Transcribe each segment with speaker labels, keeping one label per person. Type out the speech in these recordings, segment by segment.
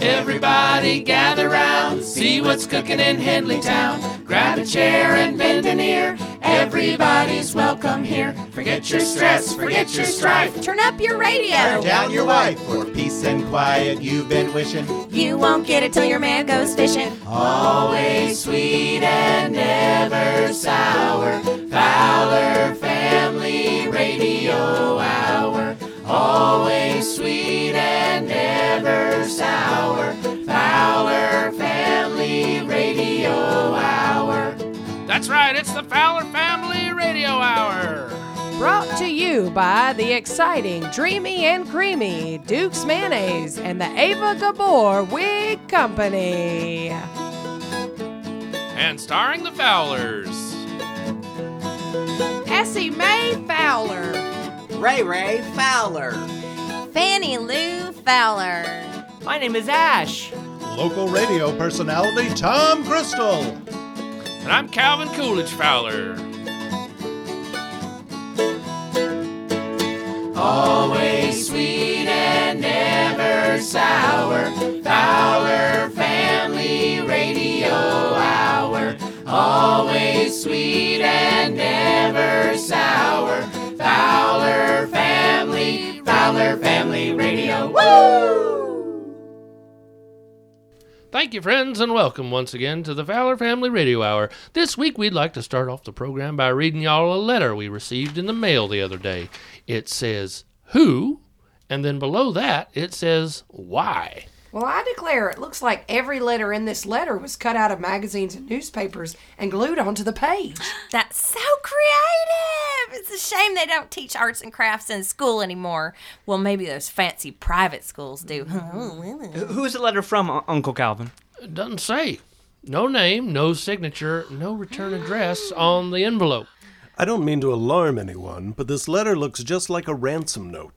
Speaker 1: Everybody gather round, see what's cooking in Henleytown. Grab a chair and bend an ear. Everybody's welcome here. Forget your stress, forget your strife.
Speaker 2: Turn up your
Speaker 1: Turn
Speaker 2: radio.
Speaker 1: down your wife for peace and quiet you've been wishing.
Speaker 2: You won't get it till your man goes fishing.
Speaker 1: Always sweet and never sour. Fowler Family Radio Hour. Always sweet and never sour. Fowler Family Radio Hour.
Speaker 3: That's right, it's the Fowler Family Radio Hour.
Speaker 4: Brought to you by the exciting Dreamy and Creamy Duke's Mayonnaise and the Ava Gabor Wig Company.
Speaker 3: And starring the Fowlers.
Speaker 4: Essie Mae Fowler.
Speaker 5: Ray Ray Fowler.
Speaker 2: Fannie Lou Fowler.
Speaker 6: My name is Ash.
Speaker 7: Local radio personality Tom Crystal.
Speaker 3: And I'm Calvin Coolidge Fowler.
Speaker 1: Always sweet and never sour. Fowler Family Radio Hour. Always sweet and never sour. Fowler Family, Fowler Family Radio.
Speaker 3: Thank you, friends, and welcome once again to the Fowler Family Radio Hour. This week, we'd like to start off the program by reading y'all a letter we received in the mail the other day. It says, Who? And then below that, it says, Why?
Speaker 4: Well, I declare, it looks like every letter in this letter was cut out of magazines and newspapers and glued onto the page.
Speaker 2: That's so creative. It's a shame they don't teach arts and crafts in school anymore. Well, maybe those fancy private schools do.
Speaker 5: Mm-hmm.
Speaker 6: Who's the letter from, Un- Uncle Calvin?
Speaker 3: It doesn't say. No name, no signature, no return address on the envelope.
Speaker 8: I don't mean to alarm anyone, but this letter looks just like a ransom note.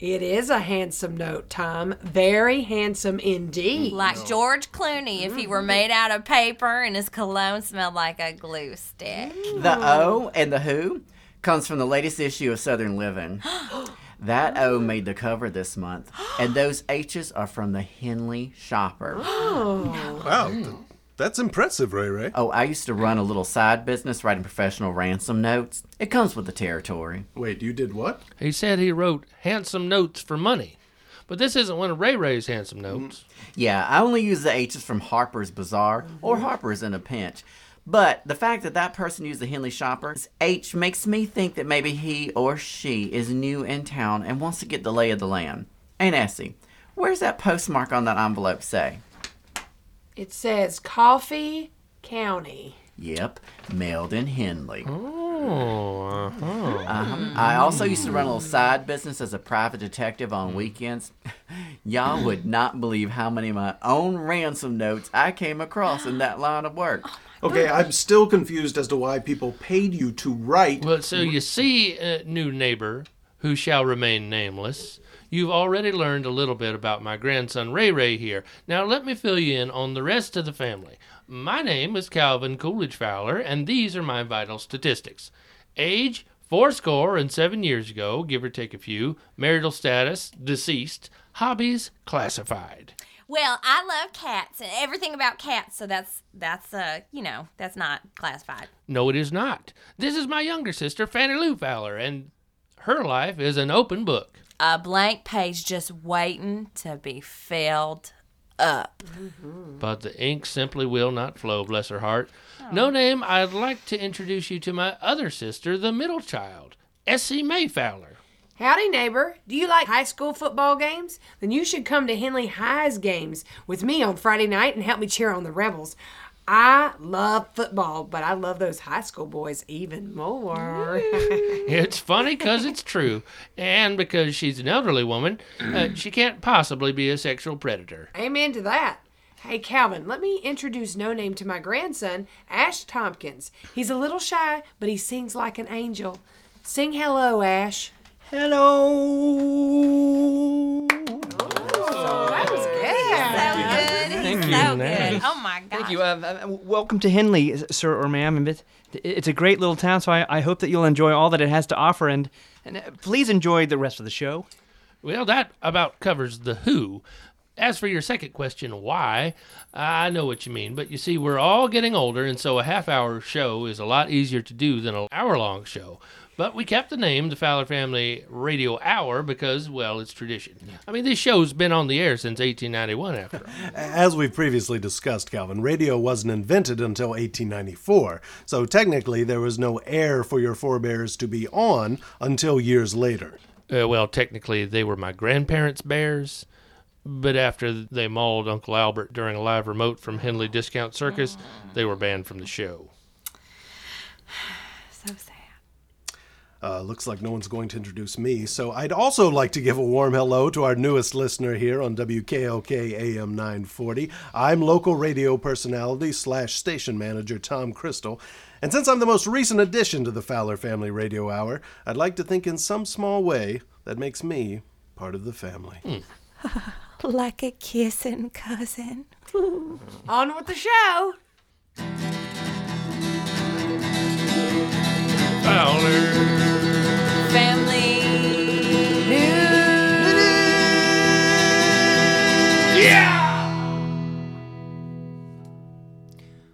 Speaker 4: It is a handsome note, Tom. Very handsome indeed.
Speaker 2: like George Clooney if he were
Speaker 5: Mm-hmm.
Speaker 2: made out of paper and his cologne smelled like a glue stick.
Speaker 5: Mm. The O and the Who comes from the latest issue of Southern Living. That O made the cover this month, and those H's are from the Henley Shopper.
Speaker 8: Wow, th- that's impressive, Ray Ray.
Speaker 5: Oh, I used to run a little side business writing professional ransom notes. It comes with the territory.
Speaker 8: Wait, you did what?
Speaker 3: He said he wrote handsome notes for money. But this isn't one of Ray Ray's handsome notes.
Speaker 5: Yeah, I only use the H's from Harper's Bazaar or Harper's in a pinch. But the fact that that person used the Henley Shopper's H makes me think that maybe he or she is new in town and wants to get the lay of the land. Aunt Essie, where's that postmark on that envelope say?
Speaker 4: It says Coffee County.
Speaker 5: Yep, mailed in Henley.
Speaker 3: Oh, uh-huh.
Speaker 5: I also used to run a little side business as a private detective on weekends. Y'all would not believe how many of my own ransom notes I came across in that line of work.
Speaker 7: Oh
Speaker 8: Okay, I'm still confused as to why people paid you to write.
Speaker 3: Well, so you see, uh, new neighbor, who shall remain nameless, you've already learned a little bit about my grandson Ray Ray here. Now, let me fill you in on the rest of the family. My name is Calvin Coolidge Fowler, and these are my vital statistics age, fourscore and seven years ago, give or take a few, marital status, deceased, hobbies, classified.
Speaker 2: Well, I love cats and everything about cats, so that's that's uh, you know, that's not classified.
Speaker 3: No, it is not. This is my younger sister, Fannie Lou Fowler, and her life is an open book.
Speaker 2: A blank page just waiting to be filled up.
Speaker 5: Mm-hmm.
Speaker 3: But the ink simply will not flow, bless her heart. No name, I'd like to introduce you to my other sister, the middle child, Essie May Fowler.
Speaker 4: Howdy, neighbor. Do you like high school football games? Then you should come to Henley High's games with me on Friday night and help me cheer on the Rebels. I love football, but I love those high school boys even more.
Speaker 3: It's funny 'cause it's true, and because she's an elderly woman, uh, she can't possibly be a sexual predator.
Speaker 4: Amen to that. Hey, Calvin, let me introduce No Name to my grandson, Ash Tompkins. He's a little shy, but he sings like an angel. Sing hello, Ash.
Speaker 6: Hello.
Speaker 4: That
Speaker 9: Oh.
Speaker 4: was good.
Speaker 2: So good. Thank so good. Oh my god.
Speaker 6: Thank you. Uh, uh, welcome to Henley, sir or ma'am. And it- It's a great little town, so I, I hope that you'll enjoy all that it has to offer. And, and uh, please enjoy the rest of the show.
Speaker 3: Well, that about covers the who. As for your second question, why, I know what you mean, but you see, we're all getting older, and so a half hour show is a lot easier to do than an hour long show. But we kept the name, the Fowler Family Radio Hour, because, well, it's tradition. I mean, this show's been on the air since 1891, after all.
Speaker 8: As we've previously discussed, Calvin, radio wasn't invented until 1894, so technically there was no air for your forebears to be on until years later.
Speaker 3: Uh, well, technically, they were my grandparents' bears, but after they mauled Uncle Albert during a live remote from Henley Discount Circus, they were banned from the show.
Speaker 2: So sad.
Speaker 8: Uh, looks like no one's going to introduce me, so I'd also like to give a warm hello to our newest listener here on WKOK AM 940. I'm local radio personality slash station manager Tom Crystal, and since I'm the most recent addition to the Fowler Family Radio Hour, I'd like to think in some small way that makes me part of the family.
Speaker 2: Like a kissing cousin.
Speaker 4: On with the show.
Speaker 3: Fowler!
Speaker 2: Family.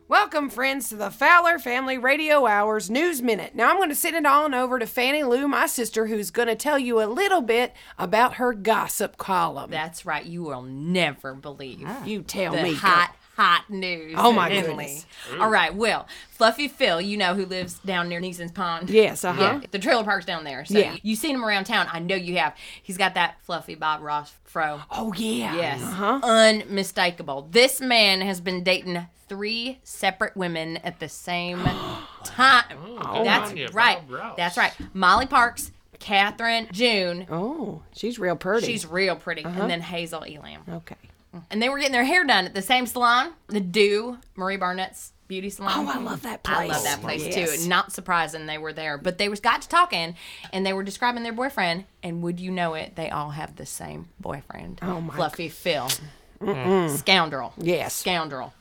Speaker 4: Welcome, friends, to the Fowler Family Radio Hour's News Minute. Now, I'm going to send it on over to Fannie Lou, my sister, who's going to tell you a little bit about her gossip column. Ah.
Speaker 2: That's right. You will never believe.
Speaker 5: Ah.
Speaker 4: you tell
Speaker 2: the
Speaker 4: me.
Speaker 2: hot, hot news.
Speaker 4: Oh, my
Speaker 2: evidently.
Speaker 4: goodness.
Speaker 3: Mm.
Speaker 2: All right. Well, Fluffy Phil, you know who lives down near Neeson's Pond.
Speaker 4: Yes, uh-huh.
Speaker 2: The trailer park's down there. So
Speaker 4: Yeah.
Speaker 2: you've seen him around town. I know you have. He's got that fluffy Bob Ross fro.
Speaker 4: Oh, yeah. Uh-huh.
Speaker 2: Yes. Unmistakable. This man has been dating three separate women at the same time.
Speaker 3: Oh,
Speaker 2: That's
Speaker 3: yeah,
Speaker 2: right.
Speaker 3: Bob Ross.
Speaker 2: That's right. Molly Parks, Catherine June.
Speaker 4: Oh, she's real pretty. Uh-huh.
Speaker 2: She's real pretty. And then Hazel Elam.
Speaker 4: okay.
Speaker 2: And they were getting their hair done at the same salon, the Do, Marie Barnett's beauty salon.
Speaker 4: Oh, I love that
Speaker 2: I
Speaker 4: place.
Speaker 2: love that place
Speaker 4: Yes.
Speaker 2: too. Not surprising they were there, but they was got to talking, and they were describing their boyfriend. And would you know it, they all have the same boyfriend. Oh
Speaker 4: my
Speaker 2: Fluffy Phil, scoundrel.
Speaker 4: Yes.
Speaker 2: scoundrel.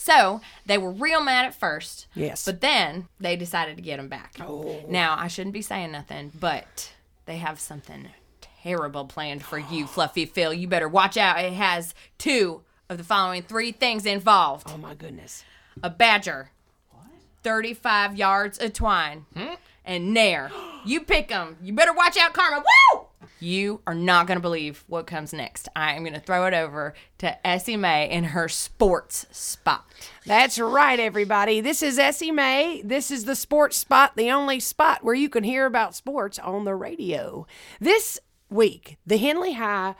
Speaker 2: So they were real mad at first.
Speaker 4: Yes.
Speaker 2: but then they decided to get him back. Oh. Now I shouldn't be saying nothing, but they have something terrible planned for you, Fluffy Phil. You better watch out. It has two of the following three things involved
Speaker 4: Oh, my goodness.
Speaker 2: a badger, 35 yards of twine,
Speaker 4: Hmm?
Speaker 2: and nair. You pick 'em. You better watch out, Karma. Woo! You are not going to believe what comes next. I am going to throw it over to Essie May in her sports spot.
Speaker 4: That's right, everybody. This is Essie May. This is the sports spot, the only spot where you can hear about sports on the radio. This week, the Henley High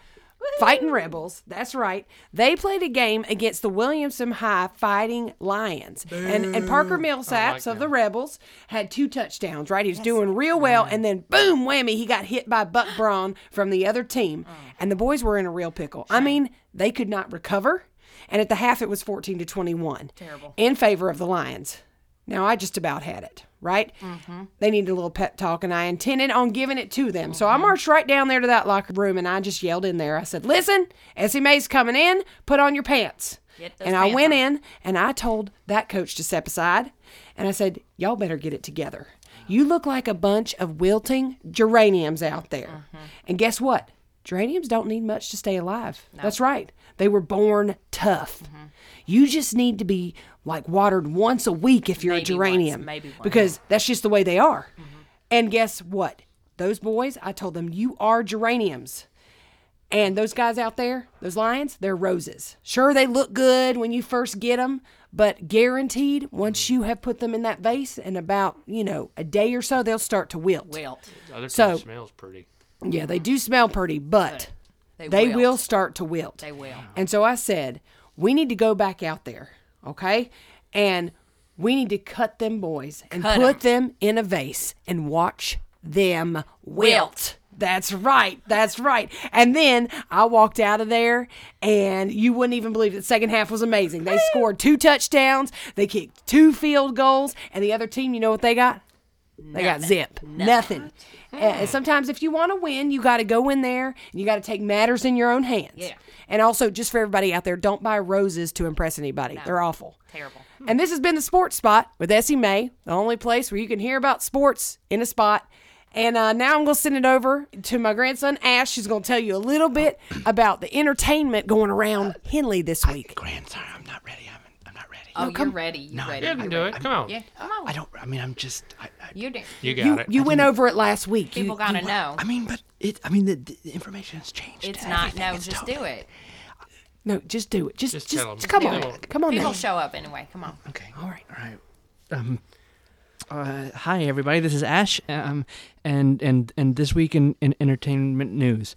Speaker 4: Fighting Rebels, that's right, they played a game against the Williamson High Fighting Lions. And, and Parker Millsaps of the Rebels had two touchdowns, right? He was doing real well, and then boom, whammy, he got hit by Buck Braun from the other team. And the boys were in a real pickle. I mean, they could not recover. And at the half, it was 14 to 21. Terrible. In favor of the Lions. Now, I just about had it, right? They needed a little pep talk, and I intended on giving it to them. So I marched right down there to that locker room and I just yelled in there. I said, Listen, Essie May's coming in, put on your pants.
Speaker 2: Get those
Speaker 4: and I
Speaker 2: pants
Speaker 4: went
Speaker 2: on.
Speaker 4: in and I told that coach to step aside and I said, Y'all better get it together. You look like a bunch of wilting geraniums out there.
Speaker 2: Mm-hmm.
Speaker 4: And guess what? Geraniums don't need much to stay alive. That's right. They were born tough.
Speaker 2: Mm-hmm.
Speaker 4: You just need to be like watered once a week if you're a
Speaker 2: Maybe once,
Speaker 4: geranium.
Speaker 2: maybe once.
Speaker 4: Because that's just the way they are. And guess what? Those boys, I told them, you are geraniums. And those guys out there, those lions, they're roses. Sure, they look good when you first get them, but guaranteed, once you have put them in that vase in about, you know, a day or so, they'll start to wilt.
Speaker 2: Wilt.
Speaker 3: Other
Speaker 4: So-
Speaker 3: so, smells pretty.
Speaker 4: Yeah, they do smell pretty, but
Speaker 2: They,
Speaker 4: they
Speaker 2: wilt.
Speaker 4: will start to wilt.
Speaker 2: They will.
Speaker 4: And so I said, we need to go back out there, okay? And we need to cut them boys and
Speaker 2: Cut
Speaker 4: put them in a vase and watch them wilt. That's right. That's right. And then I walked out of there, and you wouldn't even believe it. The second half was amazing. They scored two touchdowns, they kicked two field goals, and the other team, you know what they got? They got zip. Nothing. Uh, sometimes, if you want to win, you got to go in there and you got to take matters in your own hands.
Speaker 2: Yeah.
Speaker 4: And also, just for everybody out there, don't buy roses to impress anybody. They're awful.
Speaker 2: Terrible.
Speaker 4: And this has been the Sports Spot with Essie May, the only place where you can hear about sports in a spot. And uh, now I'm going to send it over to my grandson, Ash, who's going to tell you a little bit about the entertainment going around Henley this week.
Speaker 10: Grandson, I'm not ready. I'm, I'm not ready.
Speaker 2: Oh, you're ready. You're ready.
Speaker 3: You can do it. Come on.
Speaker 2: Yeah, come on.
Speaker 10: I don't. I mean, I'm just. I, I,
Speaker 2: You do.
Speaker 3: You got
Speaker 4: You,
Speaker 3: it.
Speaker 4: you went over it last week. You-
Speaker 2: People gotta know.
Speaker 10: I mean, but it. I mean, the, the information has changed.
Speaker 2: It's
Speaker 10: to
Speaker 2: not.
Speaker 10: everything.
Speaker 2: No,
Speaker 10: It's
Speaker 2: just
Speaker 10: totally-
Speaker 2: do it.
Speaker 4: no, just do it. Just,
Speaker 3: Just
Speaker 4: just,
Speaker 3: tell 'em.
Speaker 4: come
Speaker 3: They
Speaker 4: on,
Speaker 3: won't.
Speaker 4: come on.
Speaker 2: People
Speaker 4: Now.
Speaker 2: show up anyway. Come on.
Speaker 10: Okay.
Speaker 4: All right.
Speaker 10: All right.
Speaker 6: Um, Uh, hi everybody, this is Ash, um, and and and this week in, in entertainment news,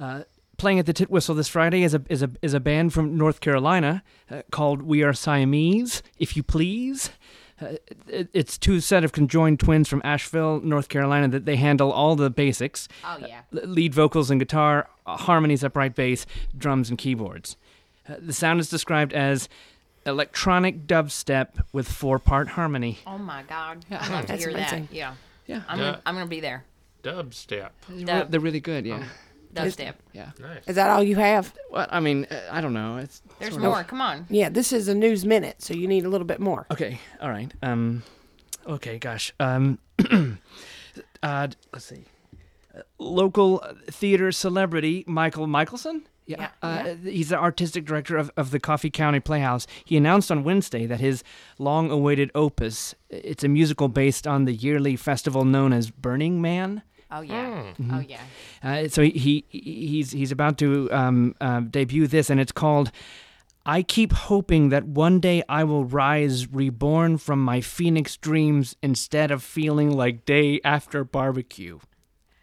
Speaker 6: uh, playing at the Tit Whistle this Friday is a is a is a band from North Carolina uh, called We Are Siamese, if you please. Uh, it, it's two set of conjoined twins from Asheville, North Carolina, that they handle all the basics. Uh,
Speaker 2: Oh yeah.
Speaker 6: L- lead vocals and guitar, uh, harmonies, upright bass, drums, and keyboards. Uh, the sound is described as electronic dubstep with four part harmony.
Speaker 2: Oh my God. I love to
Speaker 4: That's
Speaker 2: hear
Speaker 4: amazing.
Speaker 2: that. Yeah.
Speaker 6: Yeah.
Speaker 2: I'm
Speaker 3: Yeah.
Speaker 2: gonna, I'm gonna be there.
Speaker 3: Dubstep.
Speaker 6: They're,
Speaker 2: Dub,
Speaker 6: they're really good, yeah.
Speaker 2: dubstep.
Speaker 6: yeah.
Speaker 3: Nice.
Speaker 4: Oh. Is that all you have?
Speaker 6: Well, I mean, uh, I don't know. It's
Speaker 2: There's
Speaker 6: sort of-
Speaker 2: more. Come on.
Speaker 4: Yeah, this is a news minute, so you need a little bit more.
Speaker 6: Okay, all right. Um, okay, gosh. Um, uh, d- let's see. Uh, Local theater celebrity Michael Michelson. Yeah, uh, he's the artistic director of, of the Coffee County Playhouse. He announced on Wednesday that his long-awaited opus, it's a musical based on the yearly festival known as Burning Man.
Speaker 2: Oh yeah.
Speaker 10: Hmm.
Speaker 2: Oh
Speaker 10: Mm-hmm.
Speaker 2: yeah.
Speaker 6: Mm-hmm. Uh, so he, he he's he's about to um, uh, debut this, and it's called. I keep hoping that one day I will rise reborn from my phoenix dreams instead of feeling like day after barbecue.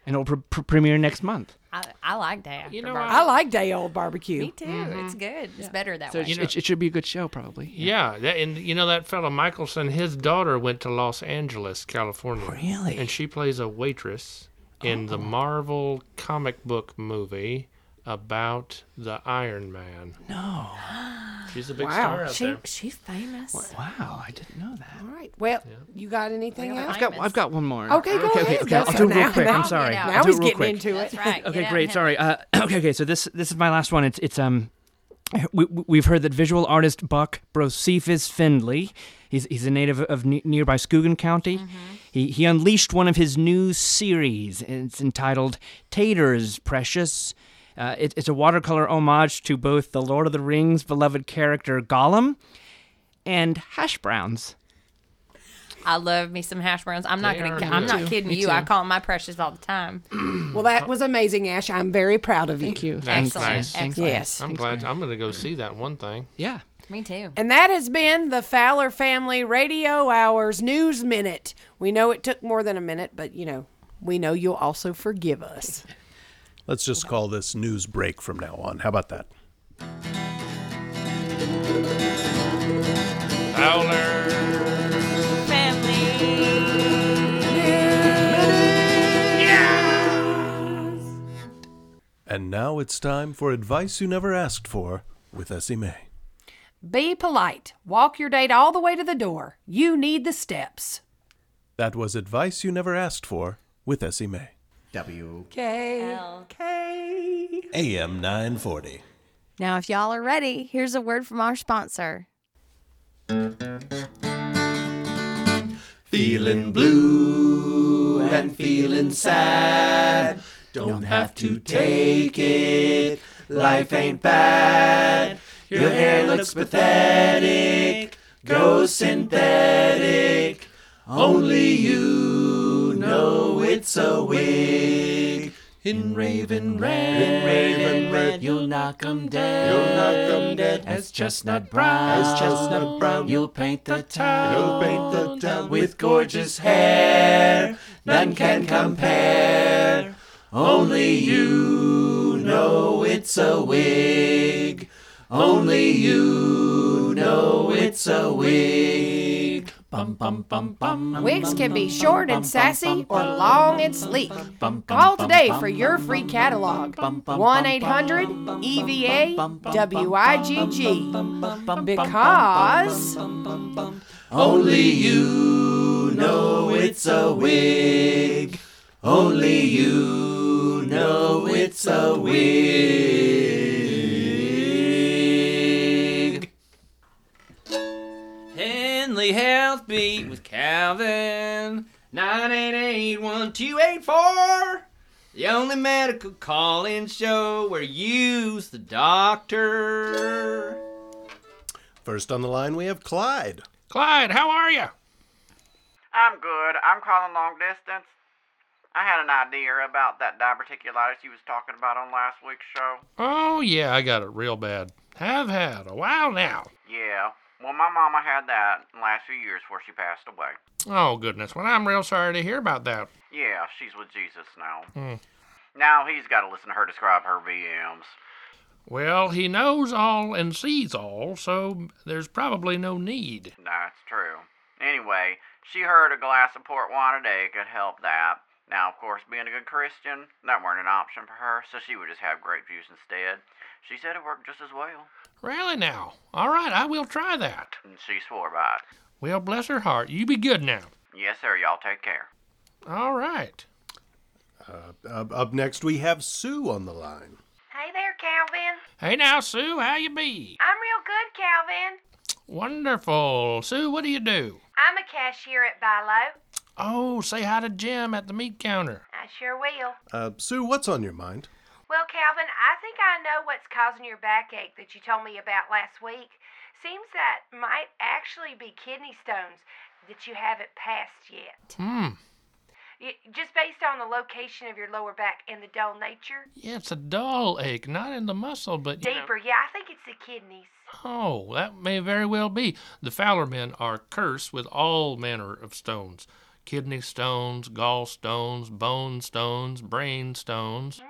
Speaker 6: And it'll pre- pre- premiere next month.
Speaker 2: I, I like that.
Speaker 3: You know
Speaker 2: Rob.
Speaker 4: I like day old barbecue.
Speaker 2: Me too.
Speaker 4: mm-hmm.
Speaker 2: It's good. It's better that
Speaker 6: So
Speaker 2: way.
Speaker 6: it, it, it should be a good show, probably.
Speaker 3: Yeah, that, and you know that fellow Michelson, his daughter went to Los Angeles, California.
Speaker 10: Really?
Speaker 3: And she plays a waitress in the Marvel comic book movie about the Iron Man. No. She's a big star out
Speaker 4: She-
Speaker 3: there.
Speaker 2: She's famous.
Speaker 10: Wow, I didn't know that.
Speaker 4: All right. Well, you got anything else?
Speaker 6: I've got, I've got one more.
Speaker 4: Okay, go
Speaker 6: okay,
Speaker 4: ahead.
Speaker 6: Okay, okay. I'll
Speaker 4: That's
Speaker 6: do it real
Speaker 4: now-
Speaker 6: quick.
Speaker 4: now-
Speaker 6: I'm sorry.
Speaker 2: now
Speaker 6: I'll
Speaker 4: Now
Speaker 6: do
Speaker 4: he's
Speaker 6: it real
Speaker 4: getting
Speaker 6: quick.
Speaker 4: into it.
Speaker 2: That's right.
Speaker 6: Okay,
Speaker 2: Get out
Speaker 6: great.
Speaker 2: of
Speaker 6: Sorry. Uh, okay, okay. So this this is my last one. It's it's um, we we- we've heard that visual artist Buck Brocephus Findlay, he's he's a native of ne- nearby Scoogan County.
Speaker 4: Mm-hmm.
Speaker 6: He he unleashed one of his new series. and It's entitled Taters Precious. Uh, it, it's a watercolor homage to both the Lord of the Rings beloved character Gollum and hash browns.
Speaker 2: I love me some hash browns. I'm not
Speaker 3: They
Speaker 2: gonna.
Speaker 3: are
Speaker 2: ki- I'm
Speaker 3: good.
Speaker 2: not kidding you. I call them my precious all the time.
Speaker 4: Well, that was amazing, Ash. I'm very proud of you.
Speaker 6: Thank you.
Speaker 3: That's
Speaker 2: Excellent.
Speaker 3: nice.
Speaker 2: Excellent.
Speaker 4: Yes.
Speaker 3: I'm glad. I'm going to go see that one thing.
Speaker 6: Yeah.
Speaker 2: Me too.
Speaker 4: And that has been the Fowler Family Radio Hours News Minute. We know it took more than a minute, but you know, we know you'll also forgive us.
Speaker 7: Let's just call this news break from now on. How about that?
Speaker 3: Fowler.
Speaker 2: Family.
Speaker 7: And now it's time for advice you never asked for with Essie May.
Speaker 4: Be polite. Walk your date all the way to the door. You need the steps.
Speaker 7: That was advice you never asked for with Essie May.
Speaker 5: W.
Speaker 7: AM 940.
Speaker 11: Now, if y'all are ready, here's a word from our sponsor.
Speaker 1: Feeling blue and feeling sad. Don't have to take it. Life ain't bad. Your hair looks pathetic. Go synthetic. Only you know it's a wig. In Raven Red, in Raven Red, you'll knock 'em dead. You'll knock 'em dead. As chestnut brown, as chestnut brown, you'll paint the town. You'll paint the town with gorgeous hair. None can compare. Only you know it's a wig. Only you know it's a wig. Bum bum bum bum.
Speaker 4: Wigs can be short and sassy or long and sleek. Call today for your free catalog. 1 800 EVA WIGG. Because.
Speaker 1: Only you know it's a wig. Only you know it's a wig.
Speaker 6: Henley Health Beat with Calvin
Speaker 12: 988 1284. The only medical call in show where you's the doctor.
Speaker 7: First on the line, we have Clyde.
Speaker 3: Clyde, how are you?
Speaker 5: I'm good. I'm calling long distance. I had an idea about that diverticulitis you was talking about on last week's show.
Speaker 3: Oh, yeah, I got it real bad. Have had a while now.
Speaker 5: Yeah. Well, my mama had that in the last few years before she passed away.
Speaker 3: Oh, goodness. Well, I'm real sorry to hear about that.
Speaker 5: Yeah, she's with Jesus now.
Speaker 3: Hmm.
Speaker 5: Now he's got to listen to her describe her VMs.
Speaker 3: Well, he knows all and sees all, so there's probably no need.
Speaker 5: That's true. Anyway, she heard a glass of port wine a day could help that. Now, of course, being a good Christian, that weren't an option for her, so she would just have grape juice instead. She said it worked just as well,
Speaker 3: Really now. All right, I will try that.
Speaker 5: and she swore by it.
Speaker 3: Well, bless her heart. You be good now.
Speaker 5: Yes, sir, y'all take care.
Speaker 3: All right.
Speaker 7: Uh, up, up next, we have Sue on the line.
Speaker 4: Hey there, Calvin.
Speaker 3: Hey now, Sue, how you be?
Speaker 4: I'm real good, Calvin.
Speaker 3: Wonderful. Sue, what do you do?
Speaker 4: I'm a cashier at Bilo.
Speaker 3: Oh, say hi to Jim at the meat counter.
Speaker 4: I sure will.
Speaker 7: Uh, Sue, what's on your mind?
Speaker 4: Well, Calvin, I think I know what's causing your backache that you told me about last week. Seems that might actually be kidney stones that you haven't passed yet.
Speaker 3: Hmm.
Speaker 4: Y- Just based on the location of your lower back and the dull nature.
Speaker 3: Yeah, it's a dull ache, not in the muscle, but you know-
Speaker 4: Deeper, yeah, I think it's the kidneys.
Speaker 3: Oh, that may very well be. The Fowler men are cursed with all manner of stones kidney stones, gallstones, bone stones, brain stones.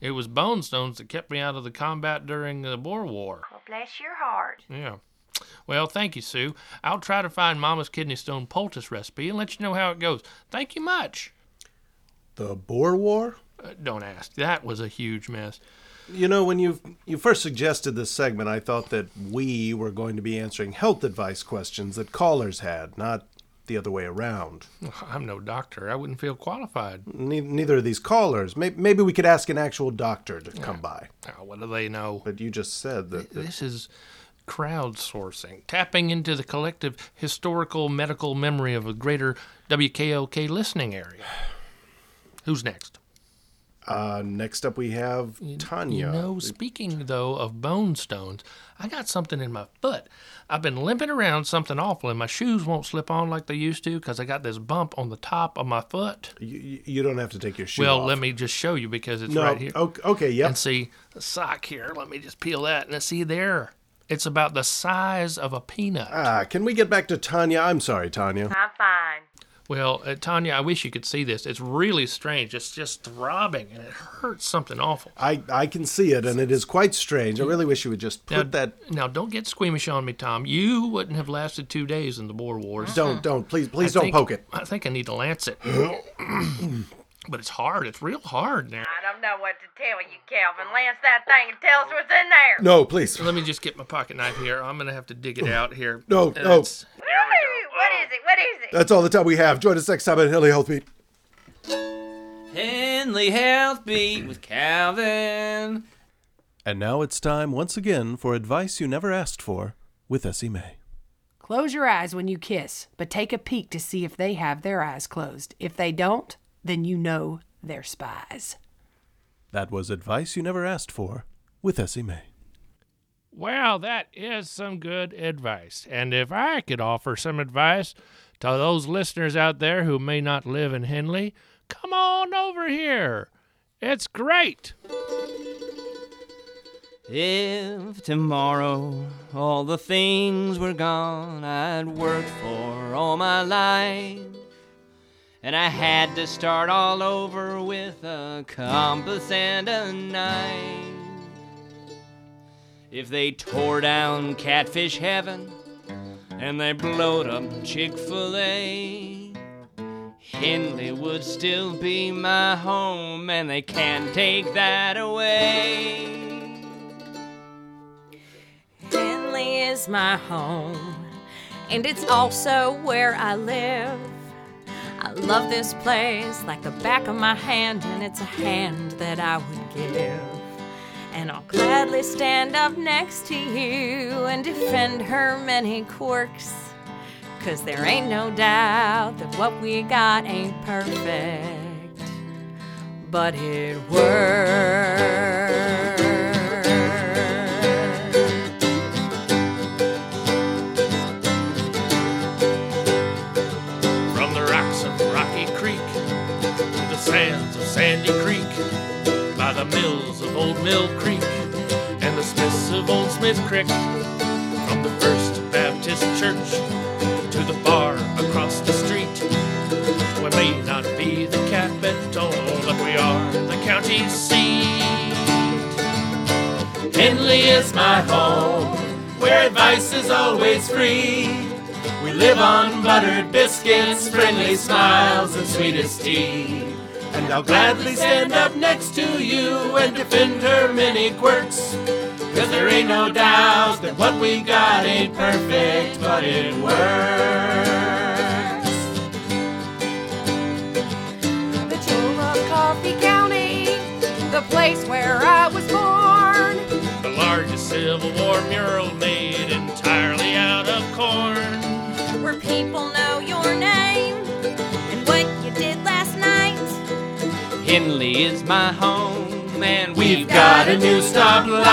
Speaker 3: It was bone stones that kept me out of the combat during the Boer War.
Speaker 4: Well, bless your heart.
Speaker 3: Yeah. Well, thank you, Sue. I'll try to find Mama's kidney stone poultice recipe and let you know how it goes. Thank you much.
Speaker 7: The Boer War?
Speaker 3: Uh, don't ask. That was a huge mess.
Speaker 7: You know, when you you first suggested this segment, I thought that we were going to be answering health advice questions that callers had, not the other way around.
Speaker 3: I'm no doctor. I wouldn't feel qualified.
Speaker 7: Ne- neither of these callers. May- Maybe we could ask an actual doctor to come by.
Speaker 3: what do they know?
Speaker 7: But you just said that. that-
Speaker 3: This is crowdsourcing, tapping into the collective historical medical memory of a greater WKOK listening area. Who's next?
Speaker 7: Uh, next up, we have Tanya.
Speaker 3: You know, speaking though of bone stones, I got something in my foot. I've been limping around something awful, and my shoes won't slip on like they used to because I got this bump on the top of my foot.
Speaker 7: You, you don't have to take your shoe
Speaker 3: well,
Speaker 7: off.
Speaker 3: let me just show you because it's
Speaker 7: No,
Speaker 3: right here.
Speaker 7: Okay, okay yep.
Speaker 3: And see the sock here. Let me just peel that and see there. It's about the size of a peanut.
Speaker 7: Ah, can we get back to Tanya? I'm sorry, Tanya.
Speaker 4: I'm fine.
Speaker 3: Well, uh, Tanya, I wish you could see this. It's really strange. It's just throbbing and it hurts something awful.
Speaker 7: I, I can see it, and it is quite strange. I really wish you would just put
Speaker 3: now,
Speaker 7: that.
Speaker 3: Now, don't get squeamish on me, Tom. You wouldn't have lasted two days in the Boer Wars.
Speaker 7: Don't, don't. Please, please
Speaker 3: I
Speaker 7: don't
Speaker 3: think-
Speaker 7: poke it.
Speaker 3: I think I need to lance it. but it's hard. It's real hard now.
Speaker 4: I don't know what to tell you, Calvin. Lance that thing and tell us what's in there.
Speaker 7: No, please.
Speaker 3: Let me just get my pocket knife here. I'm going to have to dig it out here.
Speaker 7: No,
Speaker 3: And
Speaker 7: no.
Speaker 3: it's-
Speaker 4: Woo! What is it? What is it?
Speaker 7: That's all the time we have. Join us next time at Hilly Health Beat.
Speaker 12: Henley Health Beat with Calvin.
Speaker 7: And now it's time once again for advice you never asked for with Essie May.
Speaker 13: Close your eyes when you kiss, but take a peek to see if they have their eyes closed. If they don't, then you know they're spies.
Speaker 7: That was advice you never asked for with Essie May.
Speaker 3: Well, that is some good advice. And if I could offer some advice to those listeners out there who may not live in Henley, come on over here. It's great.
Speaker 9: If tomorrow all the things were gone I'd worked for all my life, and I had to start all over with a compass and a knife. If they tore down Catfish Heaven and they blowed up Chick fil A, Henley would still be my home, and they can't take that away.
Speaker 2: Henley is my home, and it's also where I live. I love this place like the back of my hand, and it's a hand that I would give. And I'll gladly stand up next to you and defend her many quirks. Cause there ain't no doubt that what we got ain't perfect, but it works.
Speaker 3: From the rocks of Rocky Creek to the sands of Sandy Creek, by the mills of Old Mill Creek and the Smiths of Old Smith Creek, from the First Baptist Church to the bar across the street. We may not be the capital, but we are the county seat.
Speaker 1: Henley is my home, where advice is always free. We live on buttered biscuits, friendly smiles, and sweetest tea. And I'll gladly stand up next to you and defend her many quirks. Cause there ain't no doubt that what we got ain't perfect, but it works.
Speaker 4: The jewel of Coffee County, the place where I was born.
Speaker 3: The largest Civil War mural made entirely out of corn.
Speaker 2: Where people know your name and what you did last night.
Speaker 9: Henley is my home, and
Speaker 1: We've got a new stoplight.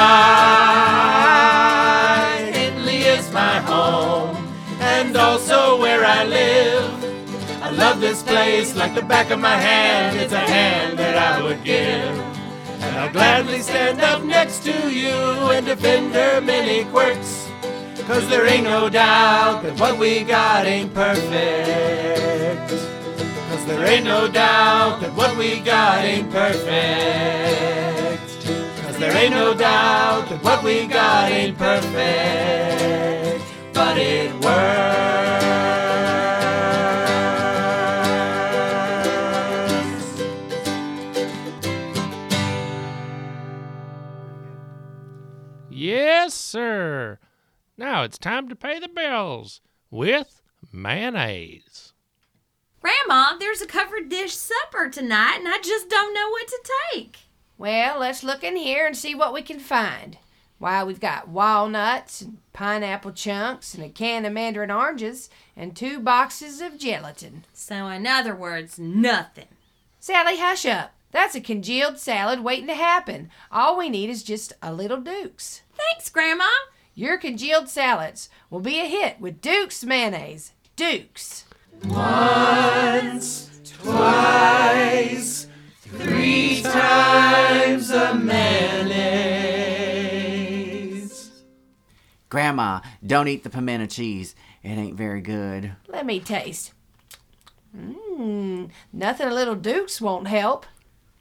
Speaker 1: Henley is my home and also where I live. I love this place like the back of my hand. It's a hand that I would give. And I'll gladly stand up next to you and defend her many quirks. Cause there ain't no doubt that what we got ain't perfect. Cause there ain't no doubt that what we got ain't perfect. Cause there ain't no doubt that what we got ain't perfect. But it works.
Speaker 3: Yes, sir. Now it's time to pay the bills with mayonnaise.
Speaker 2: Grandma, there's a covered dish supper tonight, and I just don't know what to take.
Speaker 4: Well, let's look in here and see what we can find. Why, we've got walnuts and pineapple chunks and a can of mandarin oranges and two boxes of gelatin.
Speaker 2: So, in other words, nothing.
Speaker 4: Sally, hush up. That's a congealed salad waiting to happen. All we need is just a little Duke's.
Speaker 2: Thanks, Grandma.
Speaker 4: Your congealed salads will be a hit with Duke's mayonnaise. Duke's.
Speaker 1: Once, twice, three times a mayonnaise.
Speaker 5: Grandma, don't eat the pimento cheese. It ain't very good.
Speaker 4: Let me taste. Mmm, nothing a little Duke's won't help.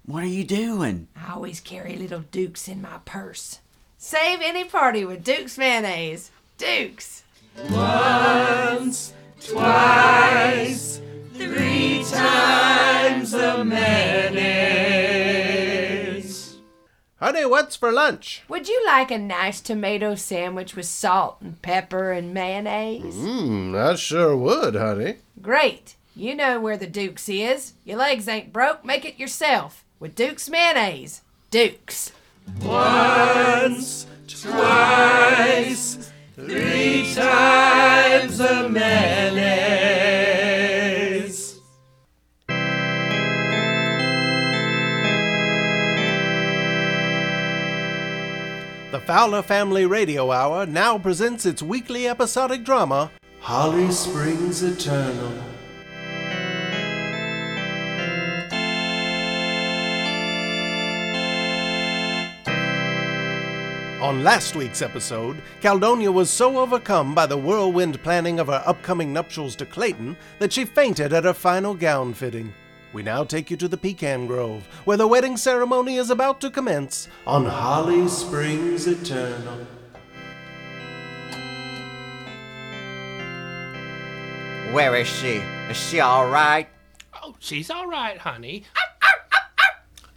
Speaker 5: What are you doing?
Speaker 4: I always carry little Duke's in my purse. Save any party with Duke's mayonnaise. Duke's.
Speaker 1: Once, twice, three times a mayonnaise.
Speaker 7: Honey, what's for lunch?
Speaker 4: Would you like a nice tomato sandwich with salt and pepper and mayonnaise?
Speaker 7: Mmm, I sure would, honey.
Speaker 4: Great. You know where the Duke's is. Your legs ain't broke, make it yourself with Duke's mayonnaise. Duke's.
Speaker 1: Once, twice, three times a mayonnaise.
Speaker 7: The Fowler Family Radio Hour now presents its weekly episodic drama,
Speaker 1: Holly Springs Eternal.
Speaker 7: On last week's episode, Caldonia was so overcome by the whirlwind planning of her upcoming nuptials to Clayton that she fainted at her final gown fitting. We now take you to the Pecan Grove, where the wedding ceremony is about to commence
Speaker 1: On Holly Springs Eternal.
Speaker 5: Where is she? Is she all right?
Speaker 3: Oh, she's all right, honey.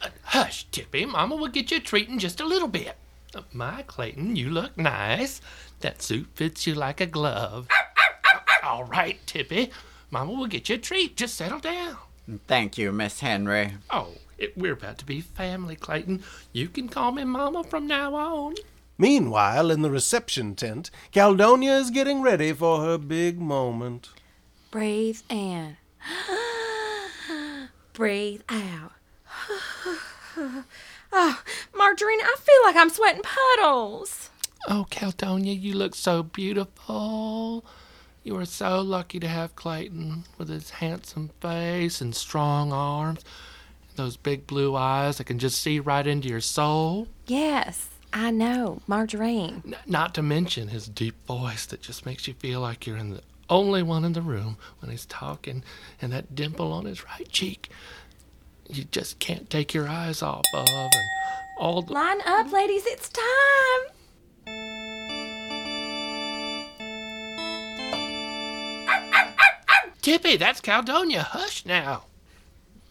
Speaker 3: Uh, hush, Tippy. Mama will get you a treat in just a little bit. Uh, My Clayton, you look nice. That suit fits you like a glove. All right, Tippy. Mama will get you a treat. Just settle down.
Speaker 5: Thank you, Miss Henry.
Speaker 3: Oh, it, we're about to be family, Clayton. You can call me Mama from now on.
Speaker 7: Meanwhile, in the reception tent, Caldonia is getting ready for her big moment.
Speaker 14: Breathe in. Breathe out. oh, Margarine, I feel like I'm sweating puddles.
Speaker 3: Oh, Caldonia, you look so beautiful. You are so lucky to have Clayton with his handsome face and strong arms, those big blue eyes that can just see right into your soul.
Speaker 14: Yes, I know. Margarine.
Speaker 3: Not to mention his deep voice that just makes you feel like you're in the only one in the room when he's talking, and that dimple on his right cheek you just can't take your eyes off of, and all the
Speaker 14: Line up, ladies. It's time.
Speaker 3: Tippy, that's Caldonia. Hush now.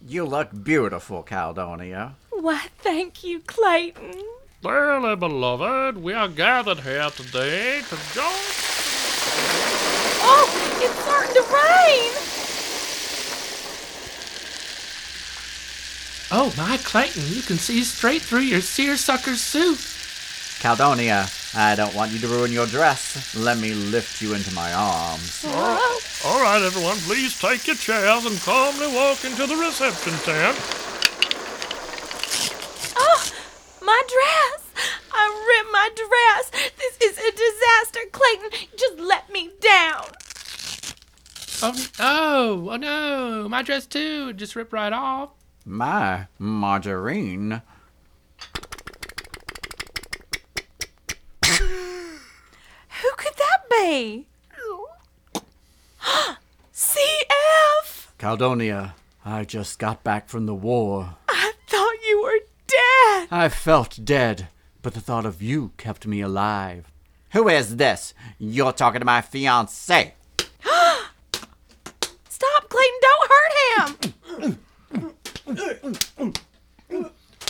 Speaker 5: You look beautiful, Caldonia.
Speaker 14: Why, thank you, Clayton.
Speaker 3: Dearly uh, beloved, we are gathered here today to join.
Speaker 14: Oh, it's starting to rain.
Speaker 3: Oh, my Clayton, you can see straight through your seersucker suit.
Speaker 5: Caldonia, I don't want you to ruin your dress. Let me lift you into my arms.
Speaker 15: All right, everyone, please take your chairs and calmly walk into the reception tent.
Speaker 14: Oh, my dress. I ripped my dress. This is a disaster, Clayton. Just let me down.
Speaker 3: Oh, no. oh no, my dress too. It just ripped right off.
Speaker 5: My margarine.
Speaker 14: Who could that be? CF!
Speaker 5: Caldonia, I just got back from the war.
Speaker 14: I thought you were dead.
Speaker 5: I felt dead, but the thought of you kept me alive. Who is this? You're talking to my fiance.
Speaker 14: Stop, Clayton. Don't hurt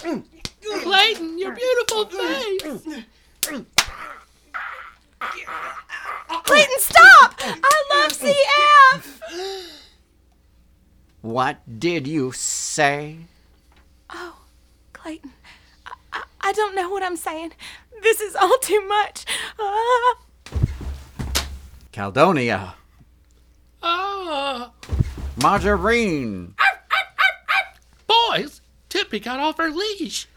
Speaker 14: him.
Speaker 3: Clayton, your beautiful face.
Speaker 14: Clayton, stop. I love CF.
Speaker 5: What did you say?
Speaker 14: Oh, Clayton, I, I, I don't know what I'm saying. This is all too much. Ah.
Speaker 5: Caldonia.
Speaker 3: Oh,
Speaker 5: Margarine.
Speaker 3: boys, Tippy got off her leash.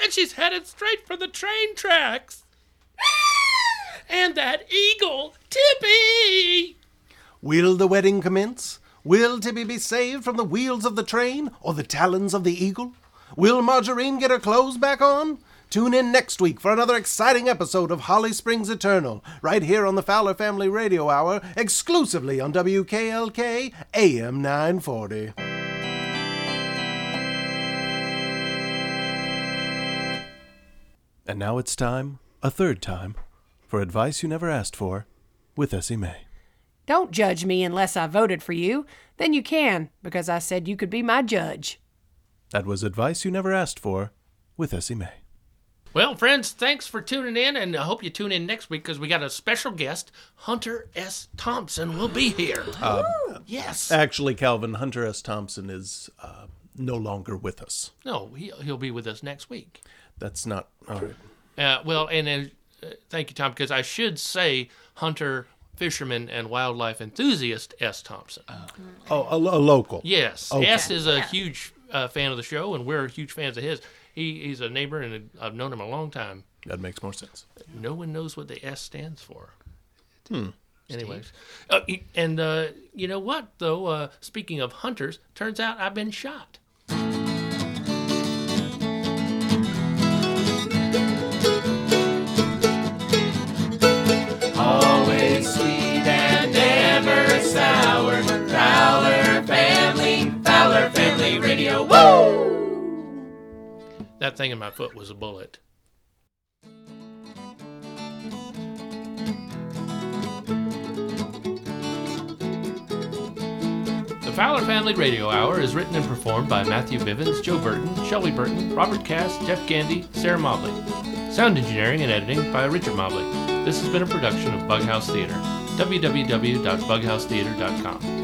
Speaker 3: and she's headed straight for the train tracks. and that eagle, Tippy!
Speaker 7: Will the wedding commence? Will Tibby be saved from the wheels of the train or the talons of the eagle? Will Margarine get her clothes back on? Tune in next week for another exciting episode of Holly Springs Eternal, right here on the Fowler Family Radio Hour, exclusively on WKLK AM 940.
Speaker 8: And now it's time, a third time, for advice you never asked for with Essie May.
Speaker 4: Don't judge me unless I voted for you. Then you can, because I said you could be my judge.
Speaker 8: That was advice you never asked for with Essie May.
Speaker 3: Well, friends, thanks for tuning in, and I hope you tune in next week because we got a special guest. Hunter S. Thompson will be here.
Speaker 8: Um,
Speaker 3: yes.
Speaker 8: Actually, Calvin, Hunter S. Thompson is uh, no longer with us.
Speaker 3: No, he, he'll be with us next week.
Speaker 8: That's not. All right.
Speaker 3: Uh, well, and then, uh, thank you, Tom, because I should say Hunter, fisherman, and wildlife enthusiast S. Thompson.
Speaker 8: Oh, a, lo- a local.
Speaker 3: Yes.
Speaker 8: Okay.
Speaker 3: S is a huge uh, fan of the show, and we're huge fans of his. He, he's a neighbor, and I've known him a long time.
Speaker 8: That makes more sense.
Speaker 3: No one knows what the S stands for.
Speaker 8: Hmm.
Speaker 3: Anyways, uh, e- and uh, you know what though? Uh, speaking of hunters, turns out I've been shot.
Speaker 1: Always sweet and never sour. Fowler family, Fowler family radio. Woo!
Speaker 3: That thing in my foot was a bullet. The Fowler Family Radio Hour is written and performed by Matthew Bivens, Joe Burton, Shelby Burton, Robert Cass, Jeff Gandy, Sarah Mobley. Sound engineering and editing by Richard Mobley. This has been a production of Bughouse Theater. www.bughousetheater.com.